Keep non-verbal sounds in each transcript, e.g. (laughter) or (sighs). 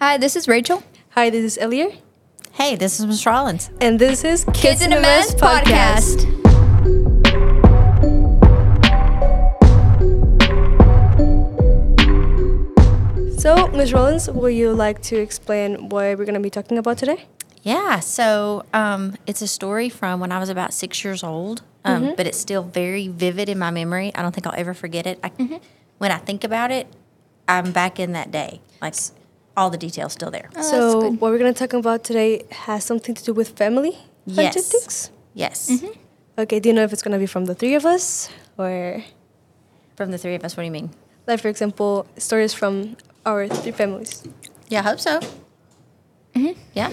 Hi, this is Rachel. Hi, this is Elia, Hey, this is Miss Rollins. and this is Kids, So, Ms. Rollins, will you like to explain what we're going to be talking about Oh, today? Yeah, so um, it's a story from when I was about six years old, um, but it's still very vivid in my memory. I don't think I'll ever forget it. I, When I think about it, I'm back in that day. Like all the details still there. that's so, good. what we're going to talk about today has something to do with family Yes. politics. Yes. Okay, do you know if it's going to be from the three of us or, From the three of us, what do you mean? like, for example, stories from our three families? Yeah, I hope so. Yeah.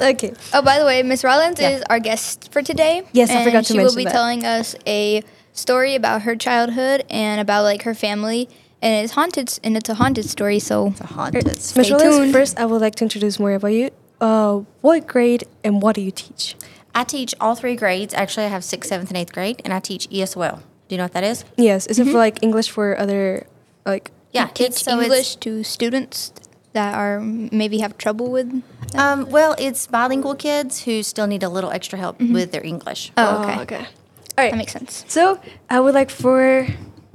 Okay. Oh, by the way, Miss Rollins Yeah. is our guest for today. Yes, I and forgot to she will mention be that. telling us a story about her childhood and about like her family, and it's haunted, and it's a haunted story. So The haunted. Ms. Stay Rollins, tuned. first, I would like to introduce more about you. Uh, what grade and what do you teach? I teach all three grades. Actually, I have sixth, seventh, and eighth grade, and I teach E ESOL. Do you know what that is? Yes, is Mm-hmm. it for, like, English for other, like, Yeah, you teach it's- so it's- English to students that are maybe have trouble with. Um, well, it's bilingual kids who still need a little extra help with their English. Oh, okay. Oh, okay. All right. that makes sense. So I would like for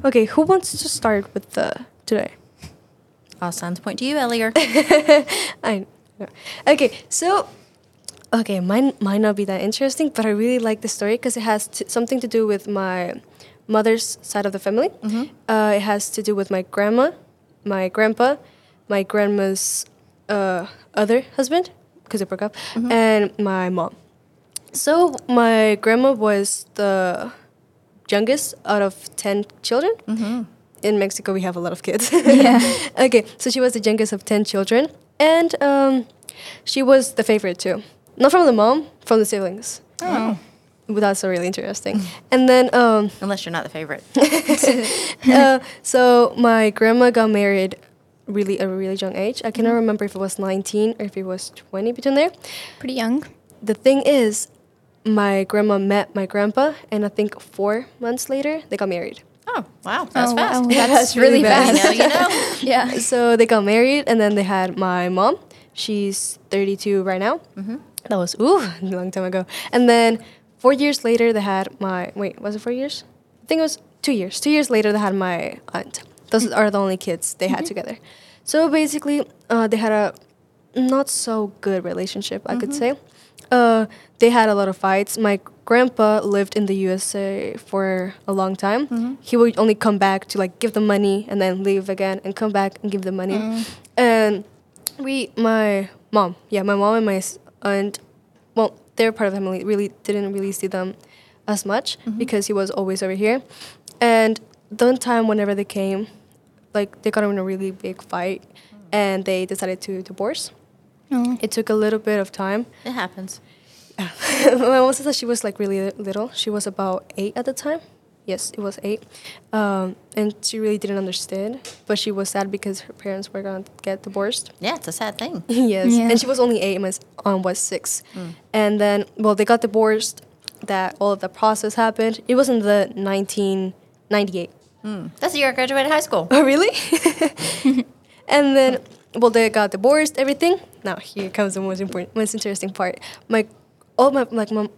okay, who wants to start with the today? (laughs) All signs point to you, Ellier. I no. okay. So okay, mine might not be that interesting, but I really like the story because it has t- something to do with my mother's side of the family. Mm-hmm. Uh, it has to do with my grandma, my grandpa, my grandma's uh, other husband because they broke up, and my mom. So my grandma was the youngest out of 10 children. Mm-hmm. In Mexico, we have a lot of kids. Yeah. (laughs) okay, so she was the youngest of 10 children. And um, she was the favorite too. Not from the mom, from the siblings. Oh, That's really interesting. And then, um, Unless you're not the favorite. (laughs) uh, so my grandma got married really at a really young age. I cannot remember if it was 19 or if it was 20 between there. Oh, pretty young. the thing is, my grandma met my grandpa, and I think four months later they got married. Oh, wow. That's oh, fast. Wow. (laughs) Yeah, That's, (laughs) that's really, really bad. fast. You know, you know. (laughs) (laughs) yeah. So they got married, and then they had my mom. She's 32 right now. That was ooh (laughs) a long time ago. And then four years later they had my wait was it four years? I think it was two years. Two years later they had my aunt. Those are the only kids they had together. So basically, uh, they had a not so good relationship, I could say. Uh, they had a lot of fights. My grandpa lived in the USA for a long time. He would only come back to like give them money and then leave again and come back and give them money. And we, my mom, yeah, my mom and my s- aunt, well, their part of the family really didn't really see them as much because he was always over here. And the one time whenever they came, like they got in a really big fight and they decided to divorce. Oh. It took a little bit of time. (laughs) It happens. my mom says that she was like really little. She was about eight at the time. Yes, it was eight. Um, and she really didn't understand, but she was sad because her parents were going to get divorced. Yeah, it's a sad thing. (laughs) yes. Yeah. And she was only eight, and my s- aunt was six. And then, well, they got divorced. That all of the process happened. It was in the 1998. That's the year I graduated high school. (laughs) Oh, really? (laughs) and then, well, they got divorced, everything. Now here comes the most important, most interesting part. My, all my like my,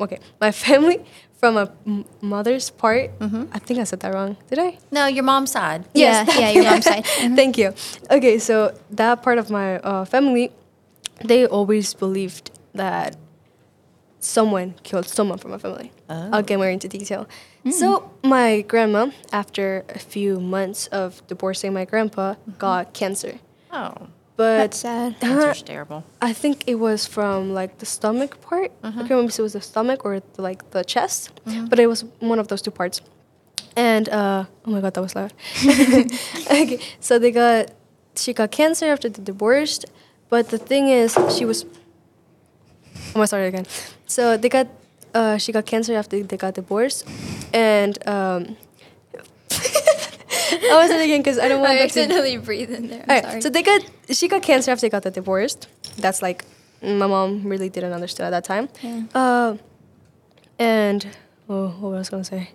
okay, my (laughs) family from my m- mother's part. I think I said that wrong. Did I? No, your mom's side. Yes, Yeah, yeah, your mom's side. (laughs) Thank you. Okay, so that part of my uh, family, they always believed that someone killed someone from my family. Oh. I'll get more into detail. Mm. So my grandma, after a few months of divorcing my grandpa, got cancer. Oh, But Mm-hmm. That's sad. that's terrible. I think it was from like the stomach part. I Mm-hmm. can't remember if it was the stomach or the, like the chest, but it was one of those two parts. And uh, oh my god, that was loud. (laughs) (laughs) okay, so they got she got cancer after the divorced, but the thing is she was. I'm gonna start it again. So they got uh, she got cancer after they got divorced, and um, (laughs) I was it again because I don't want I that to accidentally breathed in there. I'm all right, sorry. So they got she got cancer after they got the divorced. That's like my mom really didn't understand at that time. Yeah. Uh, and oh, what was I gonna say?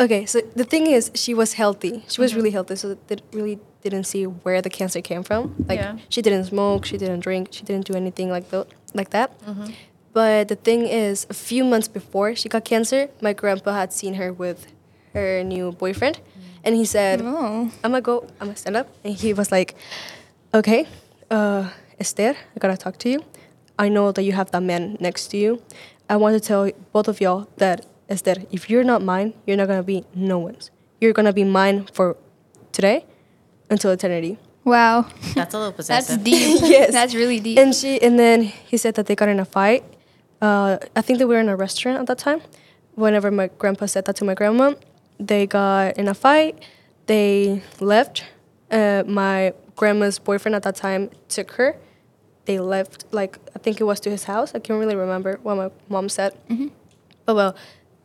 Okay, so the thing is, she was healthy. She was really healthy, so it really didn't see where the cancer came from. Like Yeah. she didn't smoke, she didn't drink, she didn't do anything like that. Like that. But the thing is, a few months before she got cancer, my grandpa had seen her with her new boyfriend, and he said, Oh. I'm gonna go, I'm gonna stand up. And he was like, Okay, uh, Esther, I gotta talk to you. I know that you have that man next to you. I want to tell both of y'all that, Esther, if you're not mine, you're not gonna be no one's. You're gonna be mine for today until eternity. Wow. (laughs) That's a little That's possessive. deep. (laughs) Yes. That's really deep. And she and then he said that they got in a fight. Uh, I think they were in a restaurant at that time. Whenever my grandpa said that to my grandma, they got in a fight. They left. Uh, my grandma's boyfriend at that time took her. They left. Like I think it was to his house. I can't really remember what my mom said. But well,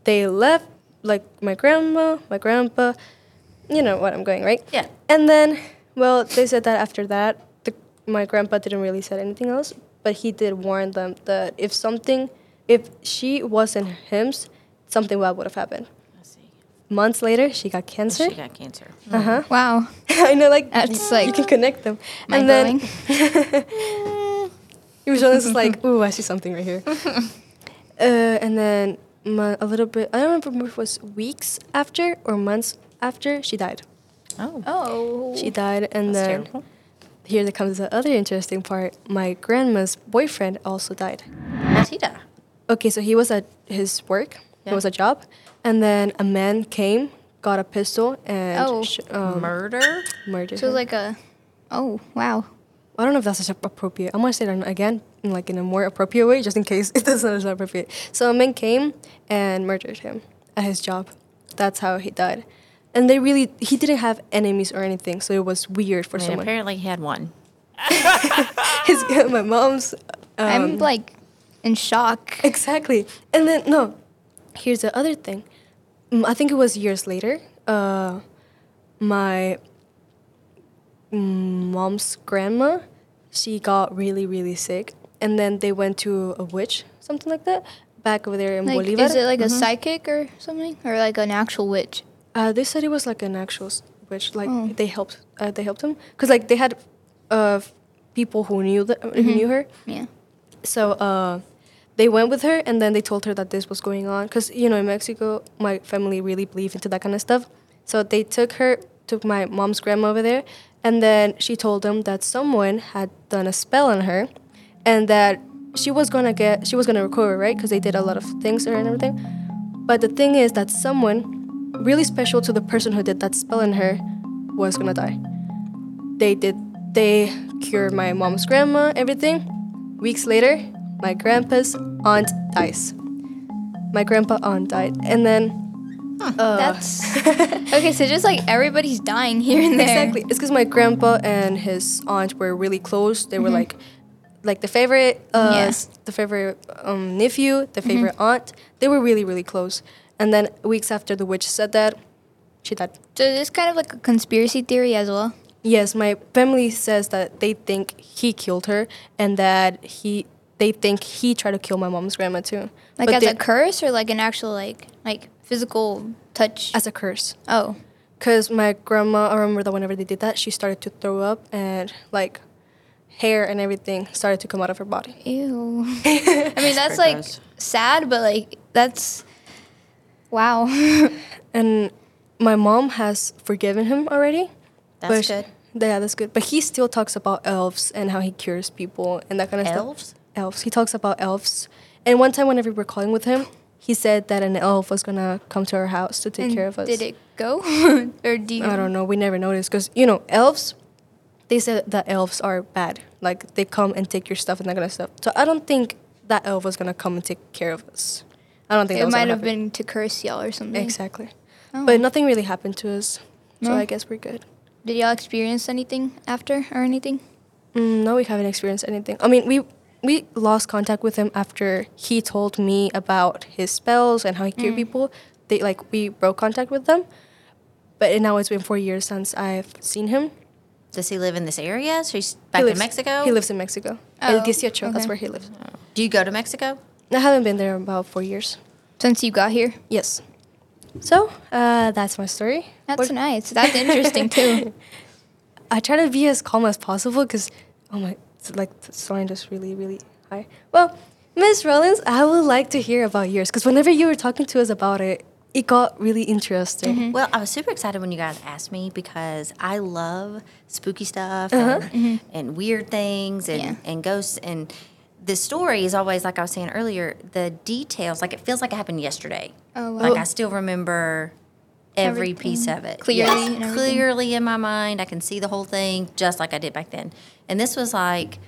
they left. Like my grandma, my grandpa. You know what I'm going right. Yeah. And then, well, they said that after that, the, my grandpa didn't really said anything else, but he did warn them that if something, if she wasn't him's, something bad would have happened. I see. Months later, she got cancer. She got cancer. Uh huh. wow. (laughs) I know, like That's, you like, can connect them. Mind And blowing. then (laughs) it was always (laughs) like, ooh, I see something right here. uh, and then my, a little bit, I don't remember if it was weeks after or months after she died. Oh. oh. She died, and That's then terrible. Here that comes the other interesting part. My grandma's boyfriend also died. How'd he die? Okay, so he was at his work. Yeah. It was a job, and then a man came, got a pistol, and Oh. sh- um, Murder? murdered. So it was her. like a. Oh wow. I don't know if that's ap- appropriate. I'm gonna say that again, in like in a more appropriate way, just in case (laughs) it doesn't sound appropriate. So a man came and murdered him at his job. That's how he died. And they really, he didn't have enemies or anything, so it was weird for I mean, someone. apparently he had one. (laughs) His, my mom's. Um, I'm like in shock. Exactly. And then no, here's the other thing. Mm, I think it was years later. Uh, my mom's grandma, she got really really sick, and then they went to a witch, something like that, back over there in Mm-hmm. Like, Bolivar. is it like a psychic or something, or like an actual witch? Uh, they said it was like an actual s- witch. Like Oh. they helped. Uh, they helped him because like they had uh, people who knew the, who Mm-hmm. knew her. Yeah. So uh, they went with her, and then they told her that this was going on. Cause you know, in Mexico, my family really believe into that kind of stuff. So they took her, took my mom's grandma over there, and then she told them that someone had done a spell on her, and that she was gonna get, she was gonna recover, right? Cause they did a lot of things to her and everything. But the thing is that someone really special to the person who did that spell on her was gonna die they did they cured my mom's grandma everything weeks later my grandpa's aunt dies my grandpa aunt died and then uh, (laughs) That's okay. So just like everybody's dying here and (laughs) there. exactly it's because my grandpa and his aunt were really close they were like like the favorite uh Mm-hmm. Yeah. Mm-hmm. s- the favorite um nephew the favorite aunt they were really really close and then weeks after the witch said that she died So this kind of like a conspiracy theory as well. Yes, my family says that they think he killed her and that he they think he tried to kill my mom's grandma too. Like But as they- a curse or like an actual like like physical touch. as a curse. oh. Cause my grandma, I remember that whenever they did that, she started to throw up and like hair and everything started to come out of her body. Ew. (laughs) I mean that's like gross. sad, but like that's wow. And my mom has forgiven him already. That's but- good. Yeah, that's good. But he still talks about elves and how he cures people and that kind of stuff. Elves? elves. He talks about elves. And one time, whenever we were calling with him, he said that an elf was gonna come to our house to take And care of us. Did it go (laughs) or do you? I don't know. We never noticed because you know elves. They said that elves are bad. Like they come and take your stuff and that kind of stuff. So I don't think that elf was gonna come and take care of us. I don't think that It was gonna might have happen. been to curse y'all or something. exactly. Oh. But nothing really happened to us, so No. I guess we're good. Did y'all experience anything after or anything? Mm, no, we haven't experienced anything. I mean, we we lost contact with him after he told me about his spells and how he cured people. They like we broke contact with them, but now it's been four years since I've seen him. Does he live in this area? So he's back he in lives, Mexico? He lives in Mexico. Oh, El Dieciocho, okay. that's where he lives. Do you go to Mexico? I haven't been there in about four years. Since you got here? Yes, So uh, that's my story. That's What- nice. That's interesting too. (laughs) (laughs) I try to be as calm as possible because, oh my, it's like the sound is really, really high. Well, Miss Rollins, I would like to hear about yours because whenever you were talking to us about it, it got really interesting. Mm-hmm. Well, I was super excited when you guys asked me because I love spooky stuff and, and weird things and, Uh-huh. Mm-hmm. Yeah. and ghosts. And the story is always, like I was saying earlier, the details, like it feels like it happened yesterday. Oh, wow. Like I still remember every piece of it. Clearly Yes. and everything. Clearly in my mind. I can see the whole thing just like I did back then. And this was like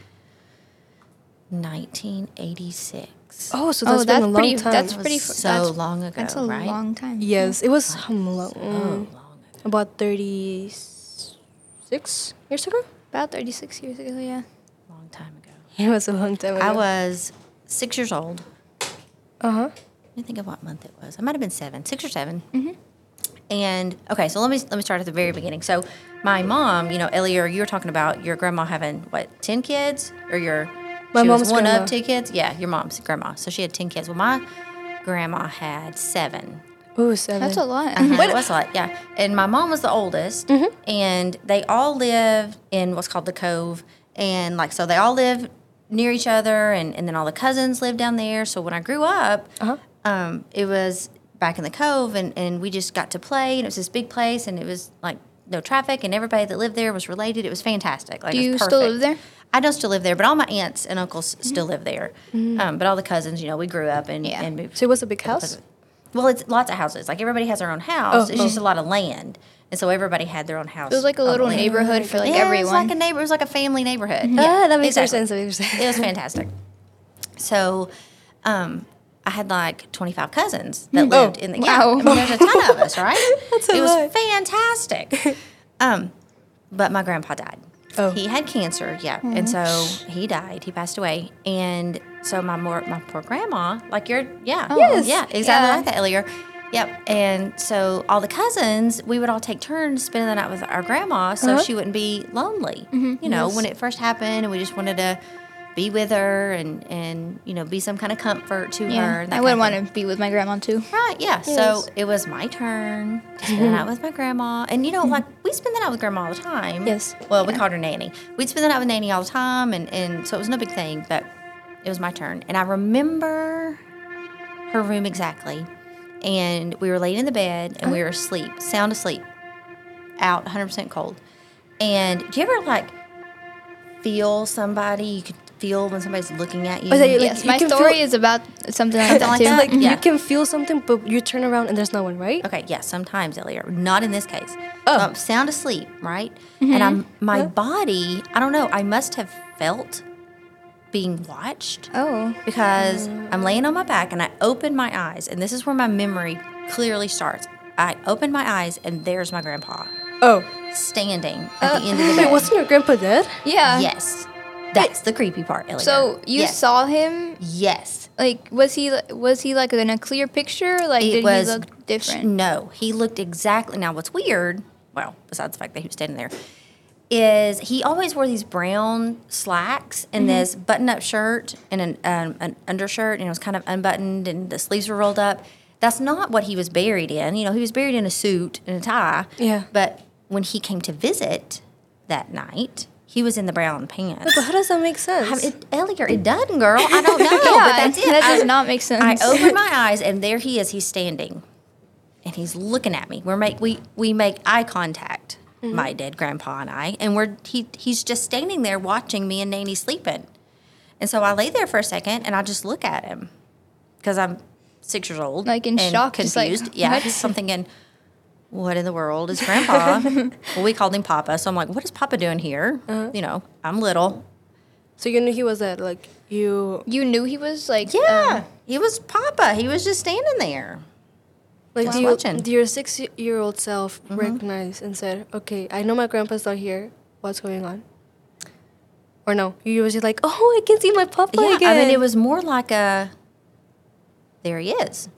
1986. Oh, so Oh, that's been that's a long pretty- time. that's That was pretty- so that's- long ago, That's a right? long time. yes, it was um, lo- Oh, mm, long ago. about thirty-six years ago. About 36 years ago, yeah. Uh-huh. Long time ago. (laughs) It was a long time ago. I was six years old. Uh huh. Let me think of what month it was. I might have been seven, six or 7 Mm-hmm. And okay, so let me let me start at the very beginning. So my mom, you know, earlier you were talking about your grandma having what ten kids or your My she was mom's one grandma. of two kids. Yeah, your mom's grandma. So she had ten kids. Well, my grandma had seven. Ooh, seven. That's a lot. Uh-huh, it was a lot, yeah. And my mom was the oldest, Mm-hmm. and they all lived in what's called the Cove, and like so they all lived near each other, and, and then all the cousins lived down there. So when I grew up, Uh-huh. um, it was back in the Cove, and and we just got to play, and it was this big place, and it was like no traffic, and everybody that lived there was related. It was fantastic. Like Do it was you still perfect. live there? Mm-hmm. I don't still live there, but all my aunts and uncles still live there. Um, but all the cousins, you know, we grew up and, Yeah. and moved. So it was a big house. Well, it's lots of houses. Like everybody has their own house. Oh, it's just a lot of land, and so everybody had their own house. It was like a on the little land. neighborhood for like yeah, it was everyone. like a neighbor. It was like a family neighborhood. ah, that makes more exactly. sense. That makes more sense. It was fantastic. So, um, I had like 25 cousins that lived in the yeah, Mm-hmm. Oh, wow. I mean, there's a ton of (laughs) us, right? That's a it lot. was fantastic. Um, but my grandpa died. Oh. He had cancer, yeah, and so Mm-hmm. he died. He passed away, and so my more my poor grandma, like your yeah, Oh. Yes. yeah, exactly Yeah. like that earlier. Yep, and so all the cousins, we would all take turns spending the night with our grandma, so Uh-huh. she wouldn't be lonely. Mm-hmm. You know, when it first happened, and we just wanted to be with her and and you know be some kind of comfort to her. yeah. and that I kind wouldn't of want thing. to be with my grandma too. Right, yeah. So it was my turn to spend the night with my grandma. And you know, like we spend the night with grandma all the time. Yes. Well, we called her nanny. We'd spend the night with nanny all the time and, and so it was no big thing, but it was my turn. And I remember her room exactly. And we were laying in the bed and we were asleep, sound asleep, out 100% cold. And do you ever like feel somebody? You could feel when somebody's looking at you. that you, like, yes, my can story feel- is about something like that like too. that? (laughs) Like Yeah. you can feel something, but you turn around and there's no one, right? Okay, yeah, sometimes, Elliot. Not in this case. Oh. So I'm sound asleep, right? Mm-hmm. And I'm my body, I don't know, I must have felt being watched oh, because I'm laying on my back and I open my eyes, and this is where my memory clearly starts. I open my eyes and there's my grandpa Oh, standing at Uh, the end of the (laughs) wait, bed. wasn't your grandpa dead? yeah. yes. That's the creepy part, Elliot. So you yes. saw him? Yes. Like, was he was he like in a clear picture? Like, it did was he look different? No, he looked exactly. Now, what's weird? Well, besides the fact that he was standing there, is he always wore these brown slacks Mm-hmm. and this button-up shirt and an, um, an undershirt, and it was kind of unbuttoned, and the sleeves were rolled up. That's not what he was buried in. You know, he was buried in a suit and a tie. Yeah. But when he came to visit that night, he was in the brown pants. But how does that make sense? I mean, it, Elliot, it doesn't, girl. I (laughs) don't know, but that's it. That I- does not make I sense. open my eyes and there he is. He's standing, and he's looking at me. We're make we we make eye contact. Mm-hmm. My dead grandpa and I, and we're he he's just standing there watching me and Nanny sleeping. And so I lay there for a second and I just look at him because I'm six years old, Like in and shock, just like, confused. yeah, what? just something in. What in the world is (laughs) Grandpa? well, we called him Papa, so I'm like, what is Papa doing here? Uh-huh. You know, I'm little. so you knew he was dead, like you, you knew he was like um, Yeah, Um, he was Papa. He was just standing there. like Just do, you, watching. Mm-hmm. do your six-year-old self recognize and said, "Okay, I know my grandpa's not here. What's going on?" Or no, you was just like, "Oh, I can see my papa yeah, again." I mean, it (laughs) was more like a there he is,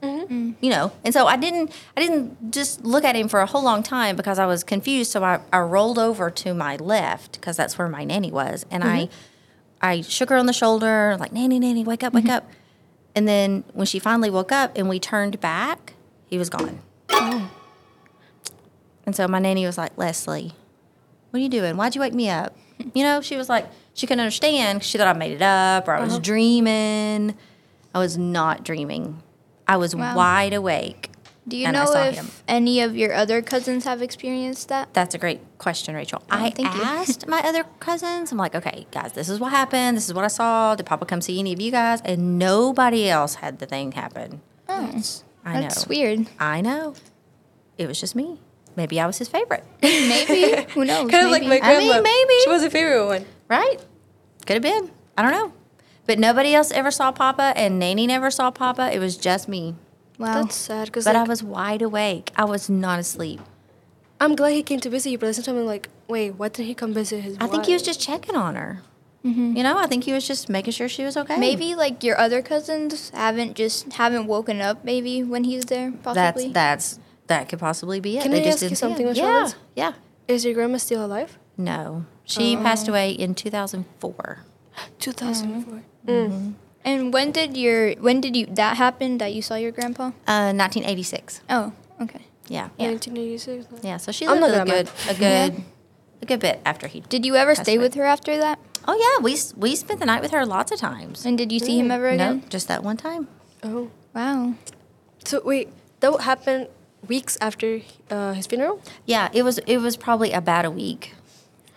you know. And so I didn't, I didn't just look at him for a whole long time because I was confused. So I, I rolled over to my left because that's where my nanny was, and I, I shook her on the shoulder like, nanny, nanny, wake up, wake up. And then when she finally woke up and we turned back, he was gone. Oh. And so my nanny was like, Leslie, what are you doing? Why'd you wake me (laughs) up? You know, she was like, she couldn't understand. 'cause She thought I made it up or I Uh-huh. was dreaming. I was not dreaming. I was Wow. wide awake. Do you and I know saw if him. any of your other cousins have experienced that? That's a great question, Rachel. I Oh, thank you. asked my other cousins. I'm like, okay, guys, this is what happened. This is what I saw. Did Papa come see any of you guys? And nobody else had the thing happen. That's, I that's know. (laughs) weird. I know. It was just me. Maybe I was his favorite, (laughs) Maybe who knows? Kind of like my maybe. I mean, grandma. maybe. She was a favorite one. right? Could have been. I don't know. But nobody else ever saw Papa, and Nanny never saw Papa. It was just me. wow. That's sad because Oh, But like, I was wide awake. I was not asleep. I'm glad he came to visit you, but at the same time, I'm like, wait, why didn't he come visit his I think he was wife? just checking on her. Mm-hmm. You know, I think he was just making sure she was okay. Maybe like your other cousins haven't just haven't woken up maybe when he's there that's possibly. that's that could possibly be it. Can they I just ask you didn't see something, it. Miss Yeah, Rollins? yeah. Is your grandma still alive? Mm-hmm. No, she Oh. passed away in 2004. 2004. And when did your when did you that happen that you saw your grandpa? Uh, 1986. Oh, okay. Yeah, yeah, 1986. yeah. So she I'm lived a not that good, Yeah. a (laughs) good, a good bit after he. Did you ever That's stay right. with her after that? Oh yeah, we s- we spent the night with her lots of times. And did you see him ever again? Mm, No, just that one time. Oh. Wow. So wait, that would happen weeks after uh, his funeral? Yeah, it was it was probably about a week,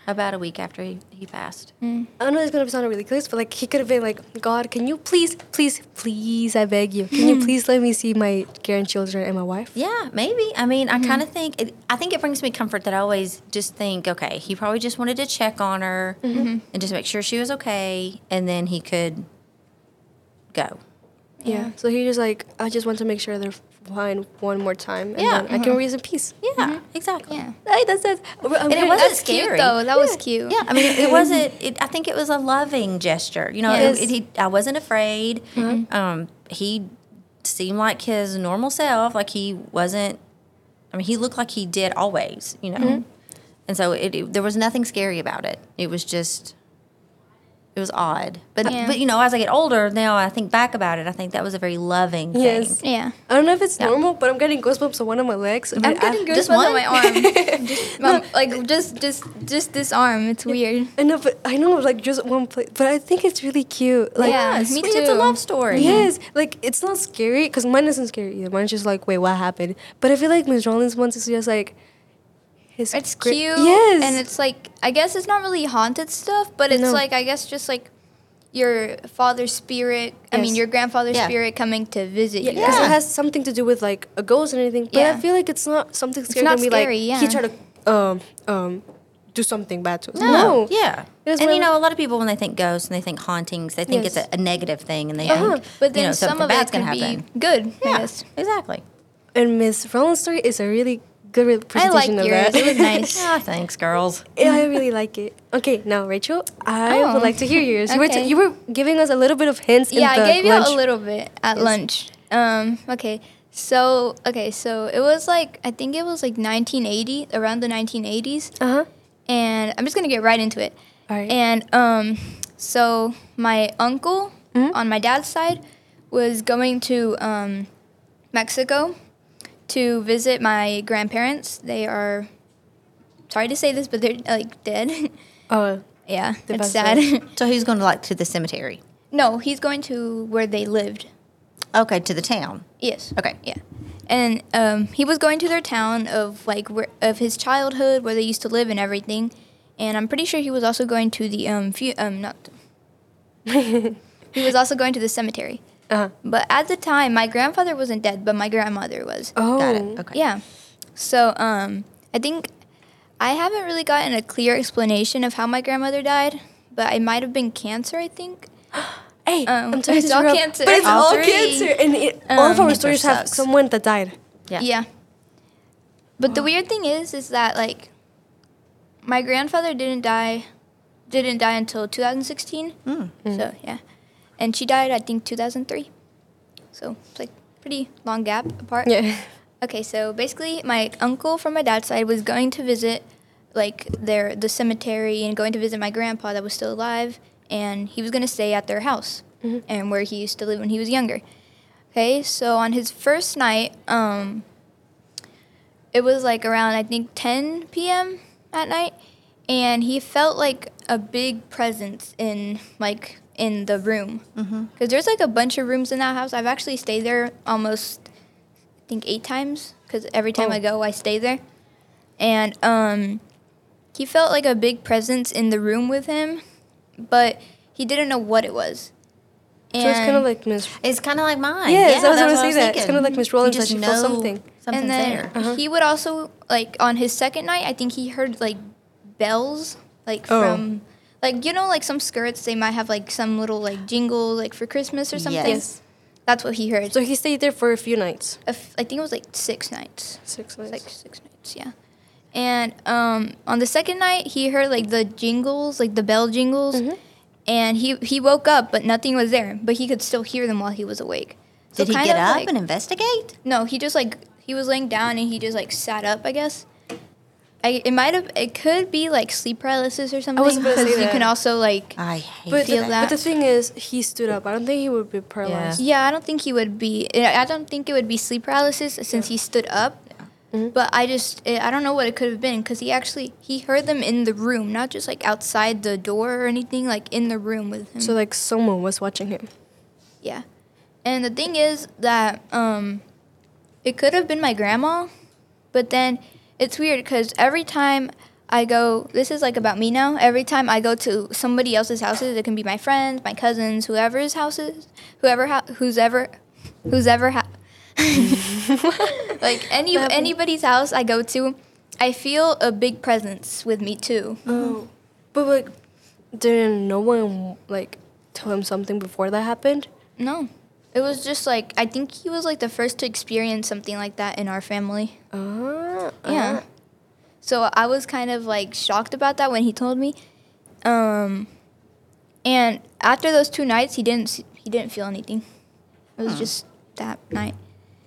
about a week after he, he passed. Mm. I know it's gonna sound ridiculous, but like he could have been like, God, can you please, please, please, I beg you, (laughs) can you please let me see my grandchildren and my wife? Yeah, maybe. I mean, Mm-hmm. I kind of think it, I think it brings me comfort that I always just think, okay, he probably just wanted to check on her Mm-hmm. Mm-hmm. and just make sure she was okay, and then he could go. Yeah. So he just like, I just want to make sure they're fine one more time, and Yeah. then I Uh-huh. can rest in peace. Yeah, Mm-hmm. exactly. Yeah. Hey, that's it. And it wasn't That's scary cute though. That was cute. Yeah, I mean, it, it wasn't. It, I think it was a loving gesture. You know, Yes. it, he, I wasn't afraid. Mm-hmm. Um, he seemed like his normal self. Like he wasn't. I mean, he looked like he did always. You know, Mm-hmm. and so it, it- there was nothing scary about it. It was just. It was odd, but Yeah. but you know, as I get older now, I think back about it. I think that was a very loving thing. Yes. Yeah. I don't know if it's normal, but I'm getting goosebumps on one of my legs. and I'm I- getting I- goosebumps on my arm. (laughs) (laughs) just, um, like just just just this arm. It's weird. I know, but I know, like just one place. But I think it's really cute. Like, Yeah, Yes, me we- It's a too. love story. Yes, like it's not scary because mine isn't scary either. Mine's just like, wait, what happened? But I feel like Ms. Rollins wants is just like, his It's gra- cute. Yes, And it's like I guess it's not really haunted stuff, but it's No. like I guess just like your father's spirit. I mean Yes. your grandfather's Yeah. spirit coming to visit yeah, you. because Yeah. it has something to do with like a ghost and anything. But Yeah. I feel like it's not something scary. not to me, scary, Like, yeah. He tried to um um do something bad to us. No. No. Yeah. Because and when you I- know, a lot of people when they think ghosts and they think hauntings, they think Yes. it's a, a negative thing, and they Uh-huh. think But then you know some something of it bad's could gonna happen. be good. I yeah. guess. Exactly. And Miss Rollins' story is a really good I like representation of yours. that. It was nice. Ah, thanks, girls. (laughs) Yeah, I really like it. Okay, now Rachel, I Oh. would like to hear yours. You, were t- Okay. you were giving us a little bit of hints. yeah, in the I gave lunch. you a little bit at lunch. Um, okay. So okay, so it was like I think it was like 1980, around the 1980s. Uh huh. and I'm just gonna get right into it. All right. And um, so my uncle Mm-hmm. on my dad's side was going to um, Mexico to visit my grandparents. They are sorry to say this, but they're like dead. (laughs) Oh, (laughs) yeah, They it's passed sad. So he's going to like to the cemetery? (laughs) no, he's going to where they lived. Okay, to the town. Yes. Okay. Yeah. And um, he was going to their town of like where, of his childhood, where they used to live and everything. And I'm pretty sure he was also going to the um, fu- um not. he was also going to the cemetery. uh-huh. But at the time, my grandfather wasn't dead, but my grandmother was. oh, Got it. Okay. Yeah. So um, I think I haven't really gotten a clear explanation of how my grandmother died, but it might have been cancer. I think. Hey, Um, I'm sorry it's to all interrupt, cancer. But it's All all, three. cancer, and it, all of Um, our Cancer stories have sucks. someone that died. Yeah. Yeah. But the weird thing is, is that like my grandfather didn't die, didn't die until 2016. Hmm. So yeah, and she died I think 2003. So it's like pretty long gap apart. Yeah. Okay, so basically, my uncle from my dad's side was going to visit, like their the cemetery, and going to visit my grandpa that was still alive, and he was going to stay at their house, and where he used to live when he was younger. Okay, so on his first night, um, it was like around I think 10 p.m. at night, and he felt like a big presence in like in the room because there's like a bunch of rooms in that house. I've actually stayed there almost I think eight times because every time I go I stay there, and um, he felt like a big presence in the room with him, but he didn't know what it was. so it's kind And- of like Miss. It's kind of like mine. Yes, yeah, I was that's gonna what say that. It's thinking. kinda like Miss You Rollins, just that she feels know something. Something's and then there. Uh-huh. he would also like on his second night i think he heard like bells like Oh. from like you know like some skirts they might have like some little like jingle like for christmas or something Yes. that's what he heard So he stayed there for a few nights. A f- i think it was like six nights Six It was, like six nights yeah and um on the second night he heard like the jingles like the bell jingles Mm-hmm. and he he woke up but nothing was there but he could still hear them while he was awake So Did he kind get of, up like- and investigate? no, he just like he was laying down and he just like sat up. I guess. I it might have it could be like sleep paralysis or something was about to say you that. can also like I hate But the, feel but that. the thing is, he stood up. I don't think he would be paralyzed. yeah. I don't think he would be. I I don't think it would be sleep paralysis since he stood up. But I just it, I don't know what it could have been because he actually he heard them in the room, not just like outside the door or anything, like in the room with him. So like someone was watching him. Yeah. And the thing is that um, it could have been my grandma, but then it's weird because every time I go, this is like about me now. Every time I go to somebody else's houses, it can be my friends, my cousins, whoever's houses, whoever, ha- who's ever, who's ever, ha- (laughs) like any anybody's house I go to, I feel a big presence with me too. Oh, but like, didn't no one like tell him something before that happened? No, it was just like I think he was like the first to experience something like that in our family. Uh, Yeah. So I was kind of like shocked about that when he told me. Um, and after those two nights, he didn't s- he didn't feel anything. It was just that night.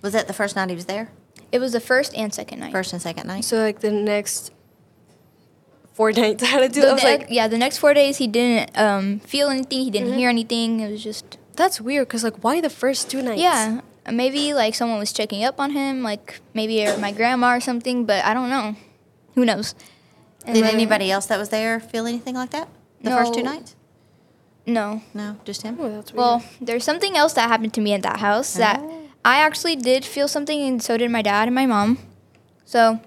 Was that the first night he was there? It was the first and second night. First and second night. So like the next four (laughs) nights, I had to do. The I was ne- like, yeah, the next four days he didn't um, feel anything. He didn't hear anything. It was just that's weird. Cause like, why the first two nights? yeah. Maybe like someone was checking up on him, like maybe or my grandma or something, but I don't know. Who knows? And Did then- anybody else that was there feel anything like that? The first two No. nights? No. No, just him. Oh, that's weird. Well, there's something else that happened to me at that house that I actually did feel something, and so did my dad and my mom. So,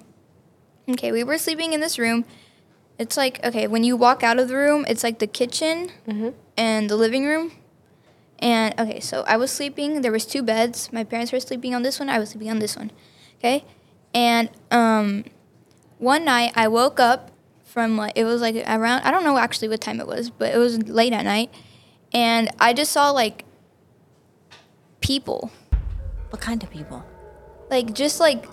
okay, we were sleeping in this room. It's like, okay, when you walk out of the room, it's like the kitchen and the living room. And okay, so I was sleeping. There was two beds. My parents were sleeping on this one. I was sleeping on this one. Okay, and um, one night I woke up from like it was like around I don't know actually what time it was, but it was late at night, and I just saw like people, What kind of people? like just like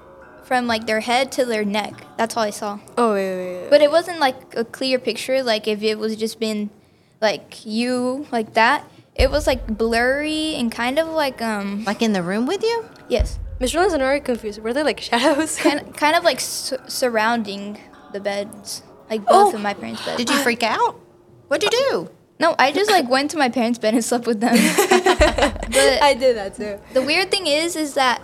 from like their head to their neck. That's all I saw. oh wait, wait, wait. But it wasn't like a clear picture. Like if it was just been like you like that, it was like blurry and kind of like um Like in the room with you? yes, Miss Rollins and I are confused. Were they like shadows? kind kind of like su- surrounding the beds, like both Oh. of my parents' beds. Did you freak out? What'd you do? No, I just like went to my parents' bed and (laughs) slept with them. but (laughs) I did that too. the weird thing is, is that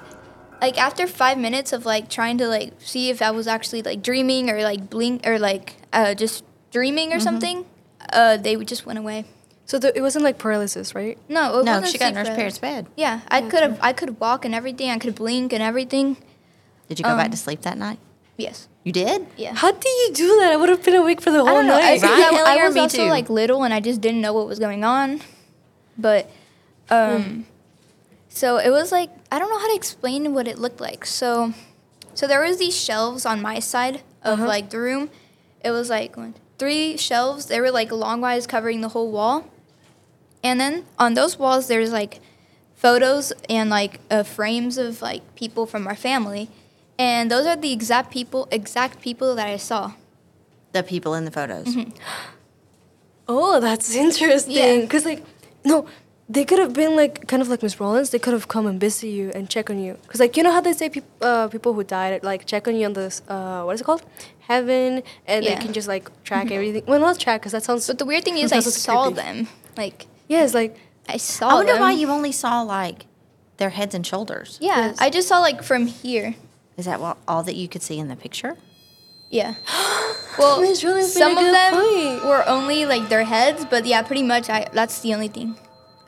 like after five minutes of like trying to like see if I was actually like dreaming or like blink or like uh, just dreaming Mm-hmm. or something, uh, they would just went away. So the, it wasn't like paralysis, right? No, it No, wasn't she got in her sleep parents' bed. paralysis. Yeah, I could have, I could walk and everything. I could blink and everything. Did you go back Um, to sleep that night? Yes. You did? Yeah. How do you do that? I would have been awake for the whole I don't know. I, night. think Right, I- I Elliot, was me also too. like little and I just didn't know what was going on. But um so it was like I don't know how to explain what it looked like. So so there was these shelves on my side of like the room. It was like one, three shelves. They were like longwise covering the whole wall. And then on those walls there's like photos and like uh, frames of like people from our family. And those are the exact people exact people that I saw. The people in the (laughs) photos. Mm-hmm. Oh, that's interesting. Yeah. Because, like, no, they could have been, like, kind of like Miss Rollins. They could have come and visit you and check on you. Because, like, you know how they say peop- uh, people who died, like, check on you on this, uh, what is it called? Heaven. And Yeah. they can (laughs) just, like, track everything. Well, not track, because that sounds. But the weird thing is, that I sounds saw creepy. them. Like Yes, like, (gasps) I saw. I wonder them. why you only saw like their heads and shoulders. Yeah, Yes. I just saw like from here. Is that what, all that you could see in the picture? Yeah. well, That's really been a some of good them point. were only like their heads, but yeah, pretty much. I that's the only thing. It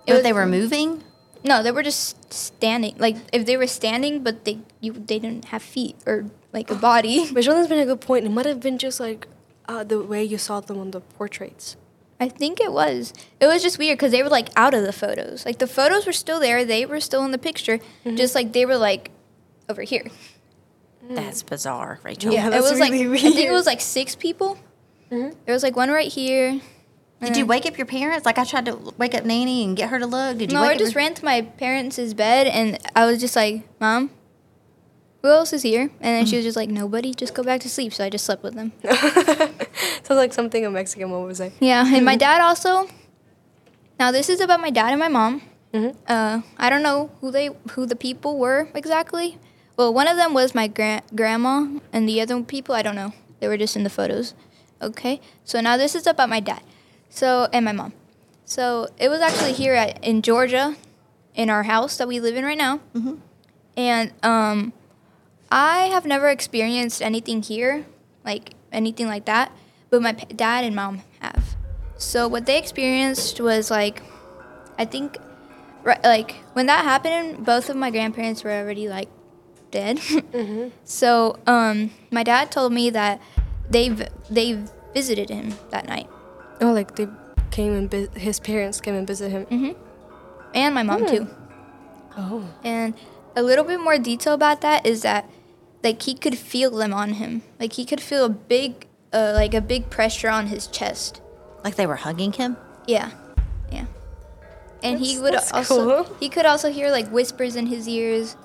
But was- they were moving. No, they were just standing. Like if they were standing, but they you they didn't have feet or like a (sighs) body. Which one's been a good point? It might have been just like uh, the way you saw them on the portraits. (laughs) I think it was. It was just weird because they were like out of the photos. Like the photos were still there. They were still in the picture. Just like they were like over here. Mm. That's bizarre, Rachel. Yeah. it that's was like really I think it weird. was like six people. Mhm. There was like one right here. Did you wake up your parents? Like I tried to wake up Nanny and get her to look. Did you No, wake I up just your- ran to my parents' bed and I was just like, Mom, who else is here? And then Mm-hmm. she was just like, Nobody, just go back to sleep. So I just slept with them. Sounds like something a Mexican mom would say. Yeah, and my dad also. Now this is about my dad and my mom. Mhm. Uh, I don't know who they who the people were exactly. Well, one of them was my gran- grandma, and the other people I don't know. They were just in the photos. Okay, so now this is about my dad, so and my mom. So it was actually here at, in Georgia, in our house that we live in right now, and um, I have never experienced anything here, like anything like that, but my p- dad and mom have. So what they experienced was like, I think, right, like when that happened, both of my grandparents were already like dead. (laughs) So um, my dad told me that they v- they visited him that night, Oh, like they came and vi- his parents came and visit him. and my mom too. Hmm. Oh, And a little bit more detail about that is that like he could feel them on him. Like he could feel a big uh, like a big pressure on his chest. like they were hugging him. Yeah. Yeah. And he That's- would that's also cool. he could also hear like whispers in his ears.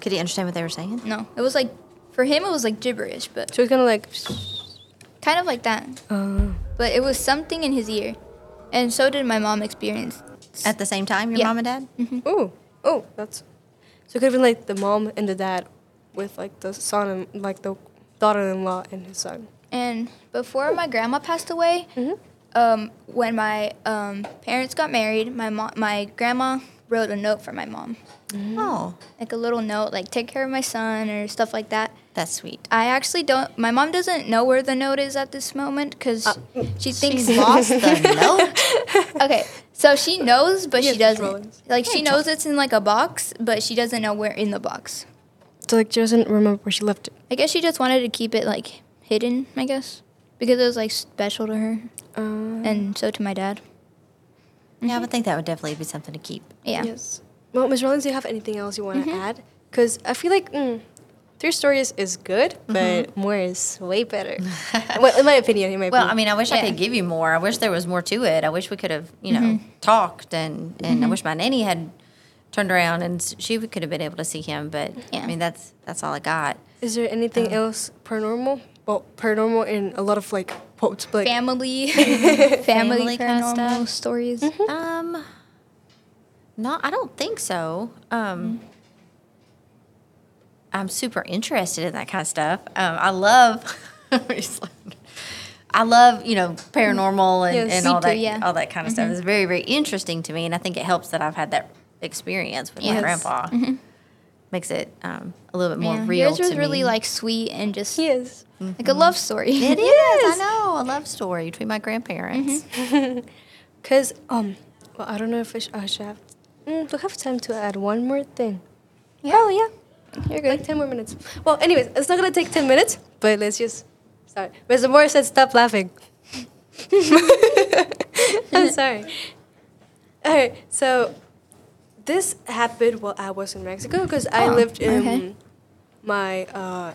Could he understand what they were saying? No, it was like for him it was like gibberish, but so it's kind of like. kind of like that. Oh. But it was something in his ear. And so did my mom experience. At the same time, your Yeah. mom and dad? Oh, oh, that's. So it could have been like the mom and the dad, with like the son and like the daughter-in-law and his son. And before my grandma passed away, um, when my um, parents got married, my mom, my grandma wrote a note for my mom, Mm-hmm. Oh, like a little note, like take care of my son or stuff like that. that's (laughs) sweet. I actually don't. My mom doesn't know where the note is at this moment because Uh, she (laughs) thinks She lost the note. okay, so she knows, but she Yes, Miss Rollins. doesn't. Like she knows it's in like a box, but she doesn't know where in the box. So like she doesn't remember where she left it. I guess she just wanted to keep it like hidden. I guess because it was like special to her, Uh, and so to my dad. Yeah, I would think that would definitely be something to keep. Yeah. Yes. Well, Ms. Rollins, do you have anything else you want to 'Cause Mm-hmm. add? Because I feel like mm, three stories is good, Mm-hmm. but more is way (laughs) better. well, in my opinion, in my (laughs) Well, I opinion. mean, I wish I Yeah. could give you more. I wish there was more to it. I wish we could have, you know, talked and and I wish my nanny had turned around and s- she would- could have been able to see him. But I Yeah. mean, that's that's all I got. is there anything uh, else paranormal? Well, paranormal in a lot of like quotes, but like, family (laughs) family, Family kinda paranormal stuff. stories. Um, no, I don't think so. Mm. Um, I'm super interested in that kind of stuff. Um, I love, (laughs) it's like- I love you know paranormal and, Yes. and Me all too, that yeah. Mm-hmm. all that kind of stuff. It's very very interesting to me, and I think it helps that I've had that experience with my Yes. grandpa. Makes it um, a little bit more Mm-hmm. Yeah. real. Yours was to really me. like sweet and just yes. like a love story. (laughs) it is. I know a love story between my grandparents. Mm-hmm. Because, um, well, I don't know if I, sh- I should have. Mm, do I have time to add one more thing? Yeah. Oh, yeah. You're Like 10 more minutes. Well, anyways, it's not going to take 10 minutes, but let's just start. Ms. Zamora said stop laughing. (laughs) I'm sorry. All right, so this happened while I was in Mexico because I Oh, lived in okay. my, uh,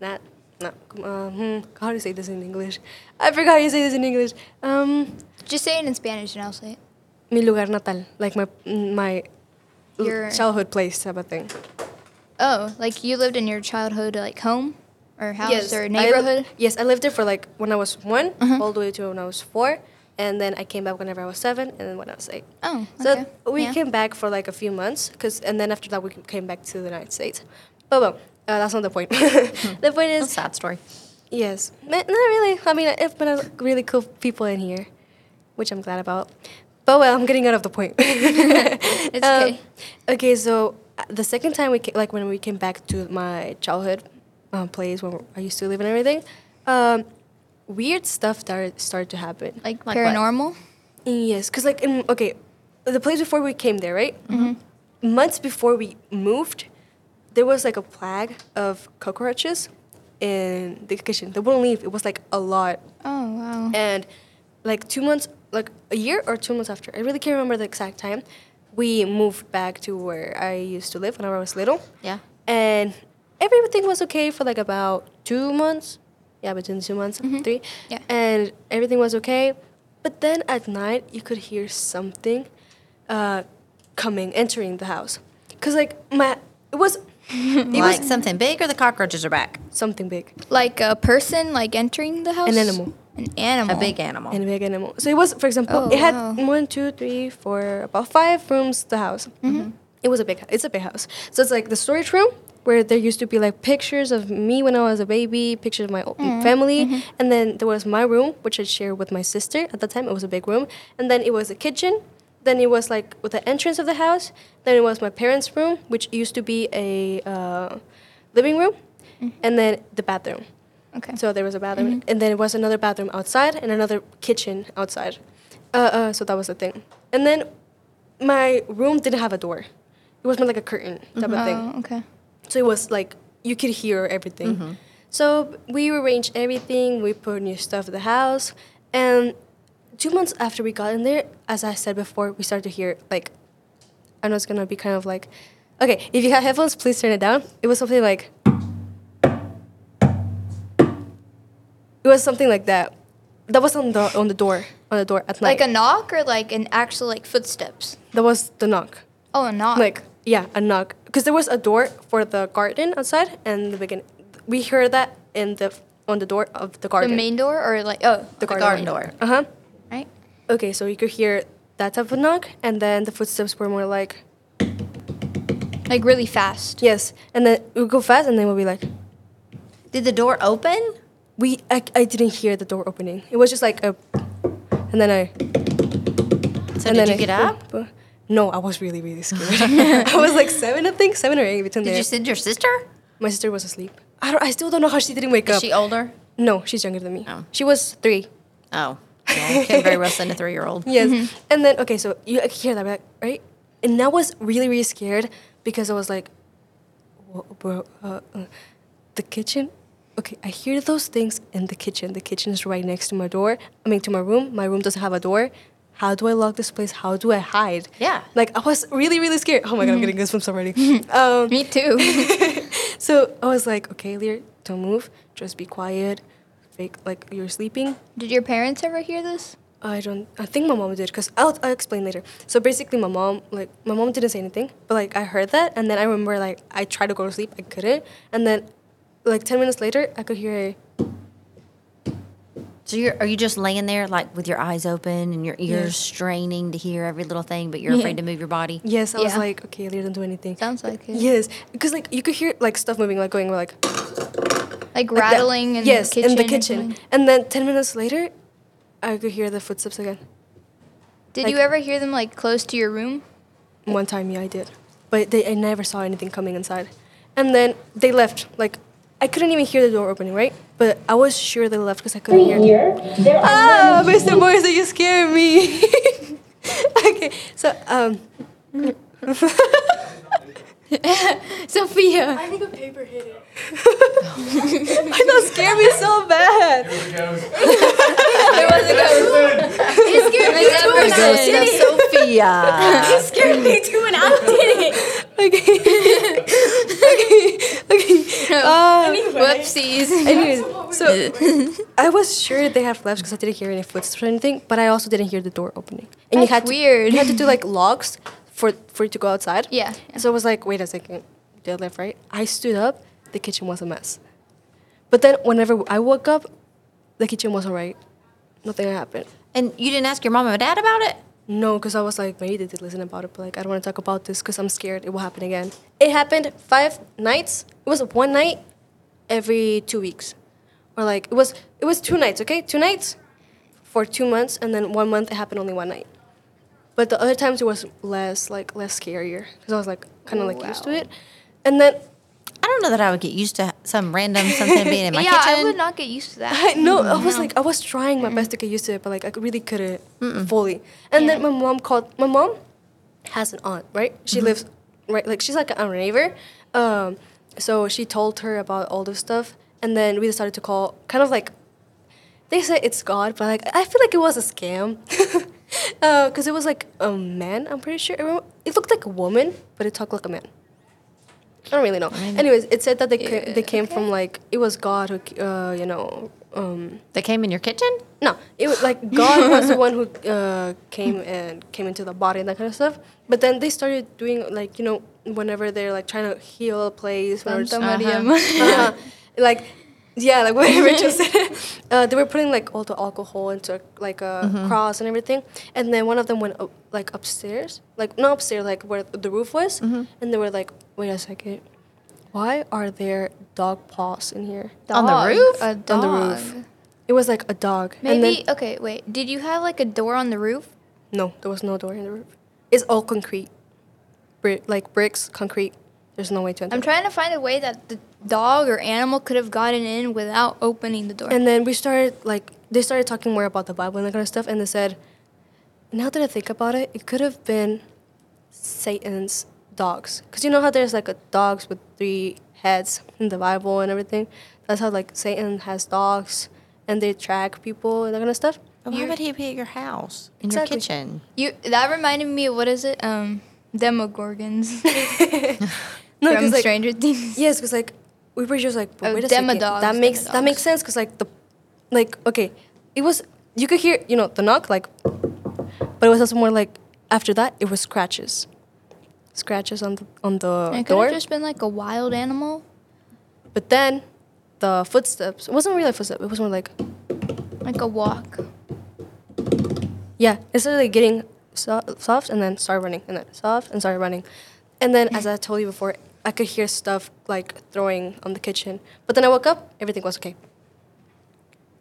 not, not, uh, hmm, how do you say this in English? I forgot how you say this in English. Um, Just say it in Spanish and I'll say it. mi lugar natal, like my my l- Your- childhood place type of thing. Oh, like you lived in your childhood like home or house or I li- neighborhood? Uh-huh. yes, I lived there for like when I was one, all the way to when I was four, and then I came back whenever I was seven, and then when I was eight. oh, okay. So we yeah. came back for like a few months, cause, and then after that we came back to the United States. But well, uh, that's not the point. (laughs) the point It's is, a sad story. yes, n- not really. I mean, I've met really cool people in here, which I'm glad about. But well, I'm getting out of the point. (laughs) It's Um, okay. Okay, so uh, the second time we came, like when we came back to my childhood um, place where I used to live and everything, um, weird stuff started started to happen. Like, Like what? paranormal? Yes, because like in okay, the place before we came there, right? Mm-hmm. Months before we moved, there was like a plague of cockroaches in the kitchen. They wouldn't leave. It was like a lot, Oh, wow. and like two months, like a year or two months after, I really can't remember the exact time. We moved back to where I used to live when I was little, Yeah. and everything was okay for like about two months. Yeah, between two months, three. Yeah. And everything was okay. But then at night, you could hear something uh, coming, entering the house. Because, like, my, it was like something big or the cockroaches are back? something big, Like a person, like, entering the house? an animal, An animal. A big animal. an big animal. So it was, for Oh, example, it had wow. one, two, three, four, about five rooms, the house. Mm-hmm. Mm-hmm. It was a big, it's a big house. So it's like the storage room where there used to be like pictures of me when I was a baby, pictures of my o- Mm-hmm. family, and then there was my room which I shared with my sister at the time. It was a big room, and then it was the kitchen. Then it was like with the entrance of the house. Then it was my parents' room, which used to be a uh, living room, Mm-hmm. and then the bathroom. Okay. Mm-hmm. So there was a bathroom, and then it was another bathroom outside and another kitchen outside. Uh, uh, so that was the thing. And then my room didn't have a door; it was more like a curtain type of thing. Oh, okay. So it was like you could hear everything. So we arranged everything. We put new stuff in the house, and two months after we got in there, as I said before, we started to hear like I know it's gonna be kind of like okay. If you have headphones, please turn it down. It was something like it was something like that. That was on the on the door on the door at Like night. a knock or like an actual, like, footsteps? that was the knock. Oh, a knock. like yeah a knock because there was a door for the garden outside and the begin we heard that in the on the door of the the garden main door or like, oh, the garden garden, door. door. uh-huh right? okay so you could hear that type of knock and then the footsteps were more like Like, really fast. yes and then we go fast and then we'll be like Did the door open? we I, I didn't hear the door opening it was just like a and then i So and then did you I- (laughs) get up? no i was really really scared (laughs) i was like seven i think seven or eight between Did there you send your sister? my sister was asleep i don't i still don't know how she didn't wake Is up she older? no she's younger than me Oh. she was three Oh. Well, can very well send a three year (laughs) old. Yes. And then okay, so you I could hear that right? right? And I was really really scared because I was like, "Whoa, bro, uh, uh, the kitchen. Okay, I hear those things in the kitchen. The kitchen is right next to my door. I mean, to my room. My room doesn't have a door. How do I lock this place? How do I hide? Yeah. Like I was really really scared. Oh my god, I'm getting goosebumps already. um, Me too. (laughs) so I was like, okay, Lear, don't move. Just be quiet. Fake like you're sleeping. Did your parents ever hear this? I don't. I think my mom did because I'll, I'll explain later. So basically, my mom like my mom didn't say anything, but like I heard that, and then I remember like I tried to go to sleep, I couldn't, and then like ten minutes later, I could hear a So you're are you just laying there like with your eyes open and your ears Yes. straining to hear every little thing, but you're Yeah. afraid to move your body? yes. I was Yeah. like, okay, Lear, don't do anything. Sounds like it. Yes, because like you could hear like stuff moving, like going like Like, like that. rattling in yes, the kitchen. in the or kitchen, something? and then ten minutes later, I could hear the footsteps again. Did Like- you ever hear them like close to your (laughs) room? One time, yeah, I did. But they, I never saw anything coming inside. And then they left. Like, I couldn't even hear the door opening, right? But I was sure they left because I couldn't hear. Here, there are Ah, Mr. Morrison, you scared me. (laughs) okay, so, um. (laughs) Sophia. I think a paper hit it. (laughs) I know, scared me so bad. There was a ghost. He's scared me too. The ghost of (laughs) Sophia. scared me too, and (laughs) I did it. Okay. okay, okay. Uh, Whoopsies. (laughs) anyways, so I was sure they have left because I didn't hear any footsteps or anything, but I also didn't hear the door opening. And That's you had to, weird. You had to do like locks for for it to go outside. Yeah, yeah. So I was like, wait a second, did I left right? I stood up. The kitchen was a mess. But then whenever I woke up, the kitchen was alright. Nothing happened. And you didn't ask your mom and dad about it? No, because I was like, maybe they did listen about it, but like, I don't want to talk about this because I'm scared it will happen again. It happened five nights. It was one night every two weeks, or like it was it was two nights. Okay, two nights for two months, and then one month it happened only one night. But the other times it was less like less scarier because I was like, kind of like used to it. And then I don't know that I would get used to some random something being in (laughs) my yeah, kitchen. I would not get used to that. I (laughs) no, I was like I was trying my best to get used to it, but like I really couldn't fully. And then my mom called. My mom has an aunt, right? She lives right, like she's like an neighbor. Um, so she told her about all this stuff, and then we decided to call, kind of like they say it's God, but like I feel like it was a scam. (laughs) Because it was like a man, I'm pretty sure. It wa- It looked like a woman, but it talked like a man. I don't really know. Anyways, it said that they ca- they came from like it was God who c- uh, you know um, That came in your kitchen? no, it was like God was the one who uh, came and came into the body and that kind of stuff. But then they started doing like you know whenever they're like trying to heal a place Santa or something, Maria. (laughs) uh, (laughs) like yeah, like what Rachel said, (laughs) uh, they were putting like all the alcohol into like a cross and everything. And then one of them went up, like upstairs, like not upstairs, like where the roof was, and they were like, wait a second. Why are there dog paws in here? On the Dog, roof? A On dog. the roof. It was like a dog. Maybe and then, okay. Wait, did you have like a door on the roof? No, there was no door in the roof. It's all concrete, Bri- like bricks, concrete. There's no way to enter. I'm trying to find a way that the dog or animal could have gotten in without opening the door. and then we started like they started talking more about the Bible and that kind of stuff, and they said, now that I think about it, it could have been Satan's dogs, because you know how there's like a dogs with three heads in the Bible and everything. That's how like Satan has dogs, and they track people and that kind of stuff. Why would he be at your house? In Exactly. your kitchen? you that reminded me of what is it? Um, Demogorgons (laughs) No, from 'cause, like, Stranger Things. Yes, because like we were just like, but Oh, wait a second, demodogs, that makes that demodogs. makes sense because like the, like okay, it was you could hear you know the knock like, but it was also more like after that it was scratches, scratches on the on the It could door. have just been like a wild animal. But then, the footsteps it wasn't really a footstep. It was more like Like a walk. yeah, it started like getting so- soft and then started running and then soft and started running, and then as I told you before, I could hear stuff like throwing on the kitchen. But then I woke up, everything was okay.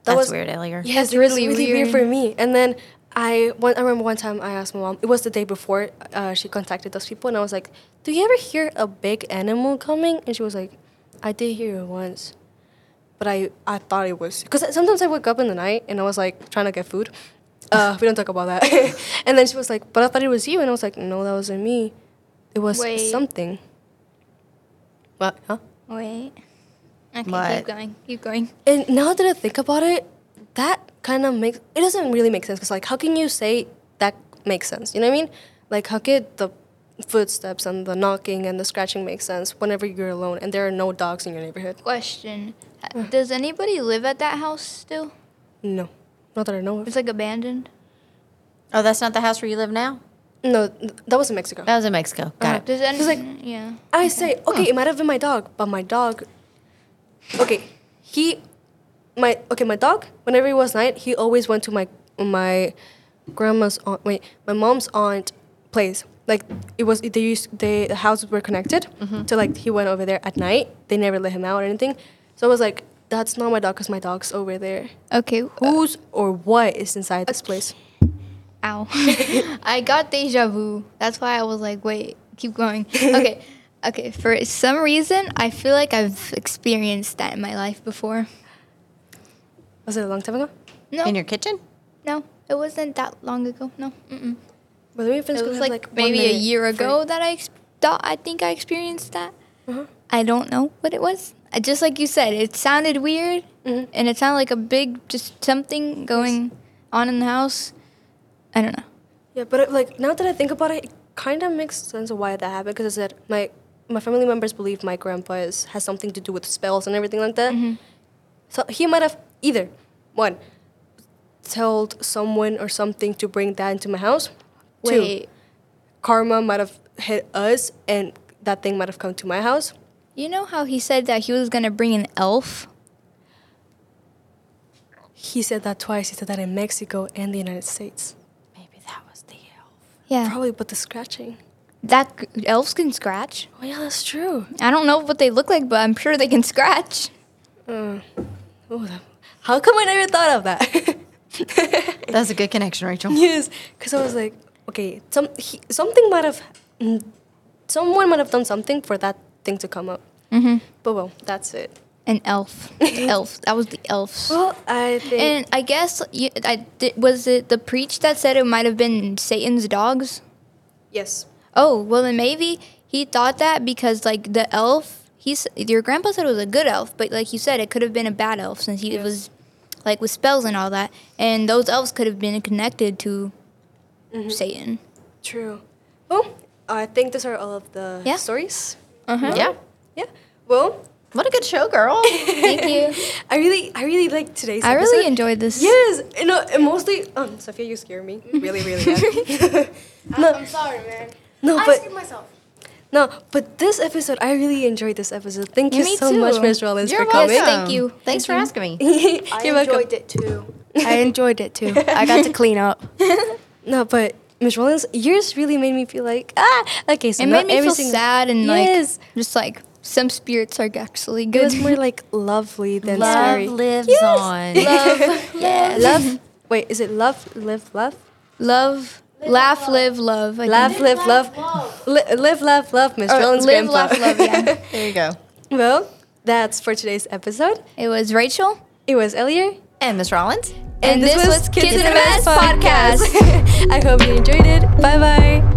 That's was- weird, Elliot. Yeah, it's really, really weird. for me. And then I, one, I remember one time I asked my mom. It was the day before uh, she contacted those people, and I was like, "Do you ever hear a big animal coming?" And she was like, "I did hear it once, but I, I thought it was because sometimes I wake up in the night and I was like trying to get food. Uh, (laughs) we don't talk about that. and then she was like, "But I thought it was you," and I was like, "No, that wasn't me. It was Wait. something." What? Huh? Wait. Okay, What? keep going. Keep going. And now that I think about it, that kind of makes it doesn't really make sense because like how can you say that makes sense? You know what I mean? Like how could the footsteps and the knocking and the scratching make sense whenever you're alone and there are no dogs in your neighborhood? Question: Does anybody live at that house still? No, not that I know of. It's like abandoned. Oh, that's not the house where you live now? No, th- that was in Mexico. That was in Mexico. Got it. Does any, It's like- yeah. I say okay, it might have been my dog, but my dog, okay, he, my okay, my dog. Whenever it was night, he always went to my my grandma's aunt. Wait, my mom's aunt place. Like it was they used they the houses were connected. Mm-hmm. So like he went over there at night. They never let him out or anything. So I was like, that's not my dog, cause my dog's over there. Okay. uh, Who's or what is inside this place? Ow. (laughs) I got deja vu. That's why I was like, wait, keep (laughs) going. Okay. Okay. For some reason, I feel like I've experienced that in my life before. Was it a long time ago? No. In your kitchen? no. It wasn't that long ago. No. Mm-mm. But we finished It was have, like, one maybe a minute year for- ago that I ex- thought I think I experienced that. Uh-huh. I don't know what it was. I, just like you said, it sounded weird Mhm. and it sounded like a big just something going on in the house. I don't know. Yeah, but it, like now that I think about it, it kind of makes sense of why that happened. Because I said my my family members believe my grandpa is, has something to do with spells and everything Uh, like that. Mm-hmm. So he might have either one told someone or something to bring that into my house. Two, Wait. karma might have hit us, and that thing might have come to my house. You know how he said that he was going to bring an elf? He said that twice. He said that in Mexico and the United States. Maybe that was the elf. Yeah. Probably, but the scratching. That g- elves can scratch. Oh yeah, that's true. I don't know what they look like, but I'm sure they can (laughs) scratch. Uh, oh, that- how come I never thought (laughs) of that? That's a good (laughs) connection, Rachel. Yes, because I was like, okay, some he, something might have mm, someone might have done something for that thing to come up. hmm But well, that's it. An elf. (laughs) elf. That was the elves. Well, I and I guess you, I did, was it the preach that said it might have been Satan's dogs. yes. Oh well, then maybe he thought that because like the elf, he's your grandpa said it was a good elf, but like you said, it could have been a bad elf since he Yes. was like with spells and all that, and those elves could have been connected to Mm-hmm. Satan. True. Well, I think those are all of the Yeah. stories. Uh-huh. Yeah. Yeah. Well, What a good show, girl. (laughs) (laughs) Thank you. I really, I really like today's. I really episode. enjoyed this. Yes, and, uh, and mostly, um, Sophia, you scare me really, really bad. (laughs) no, I'm sorry, man. no, I but scared myself. no, but this episode, I really enjoyed this episode. Thank you Me so too. much, Miss Rollins, You're for (laughs) coming. Yes, thank you. Thank Thanks for you. asking me. I You're welcome. enjoyed it too. I enjoyed it too. I got to clean up. (laughs) No, but Miss Rollins, yours really made me feel like ah, okay. So It made not me every feel single- sad and Yes. like just like some spirits are actually It (laughs) good. was more like lovely than Love scary. lives Yes. on. love, yes. love. Wait, is it love, live, love? love, laugh, live, love. I Laugh, think. live, love. Li- live, laugh, love, Miss Or Rollins' live, laugh, grandpa. love. Yeah. There you go. well, that's for today's episode. it was Rachel. It was Elliot. And Miss Rollins. And this was Kids in a Mess podcast. (laughs) I hope you enjoyed it. Bye bye.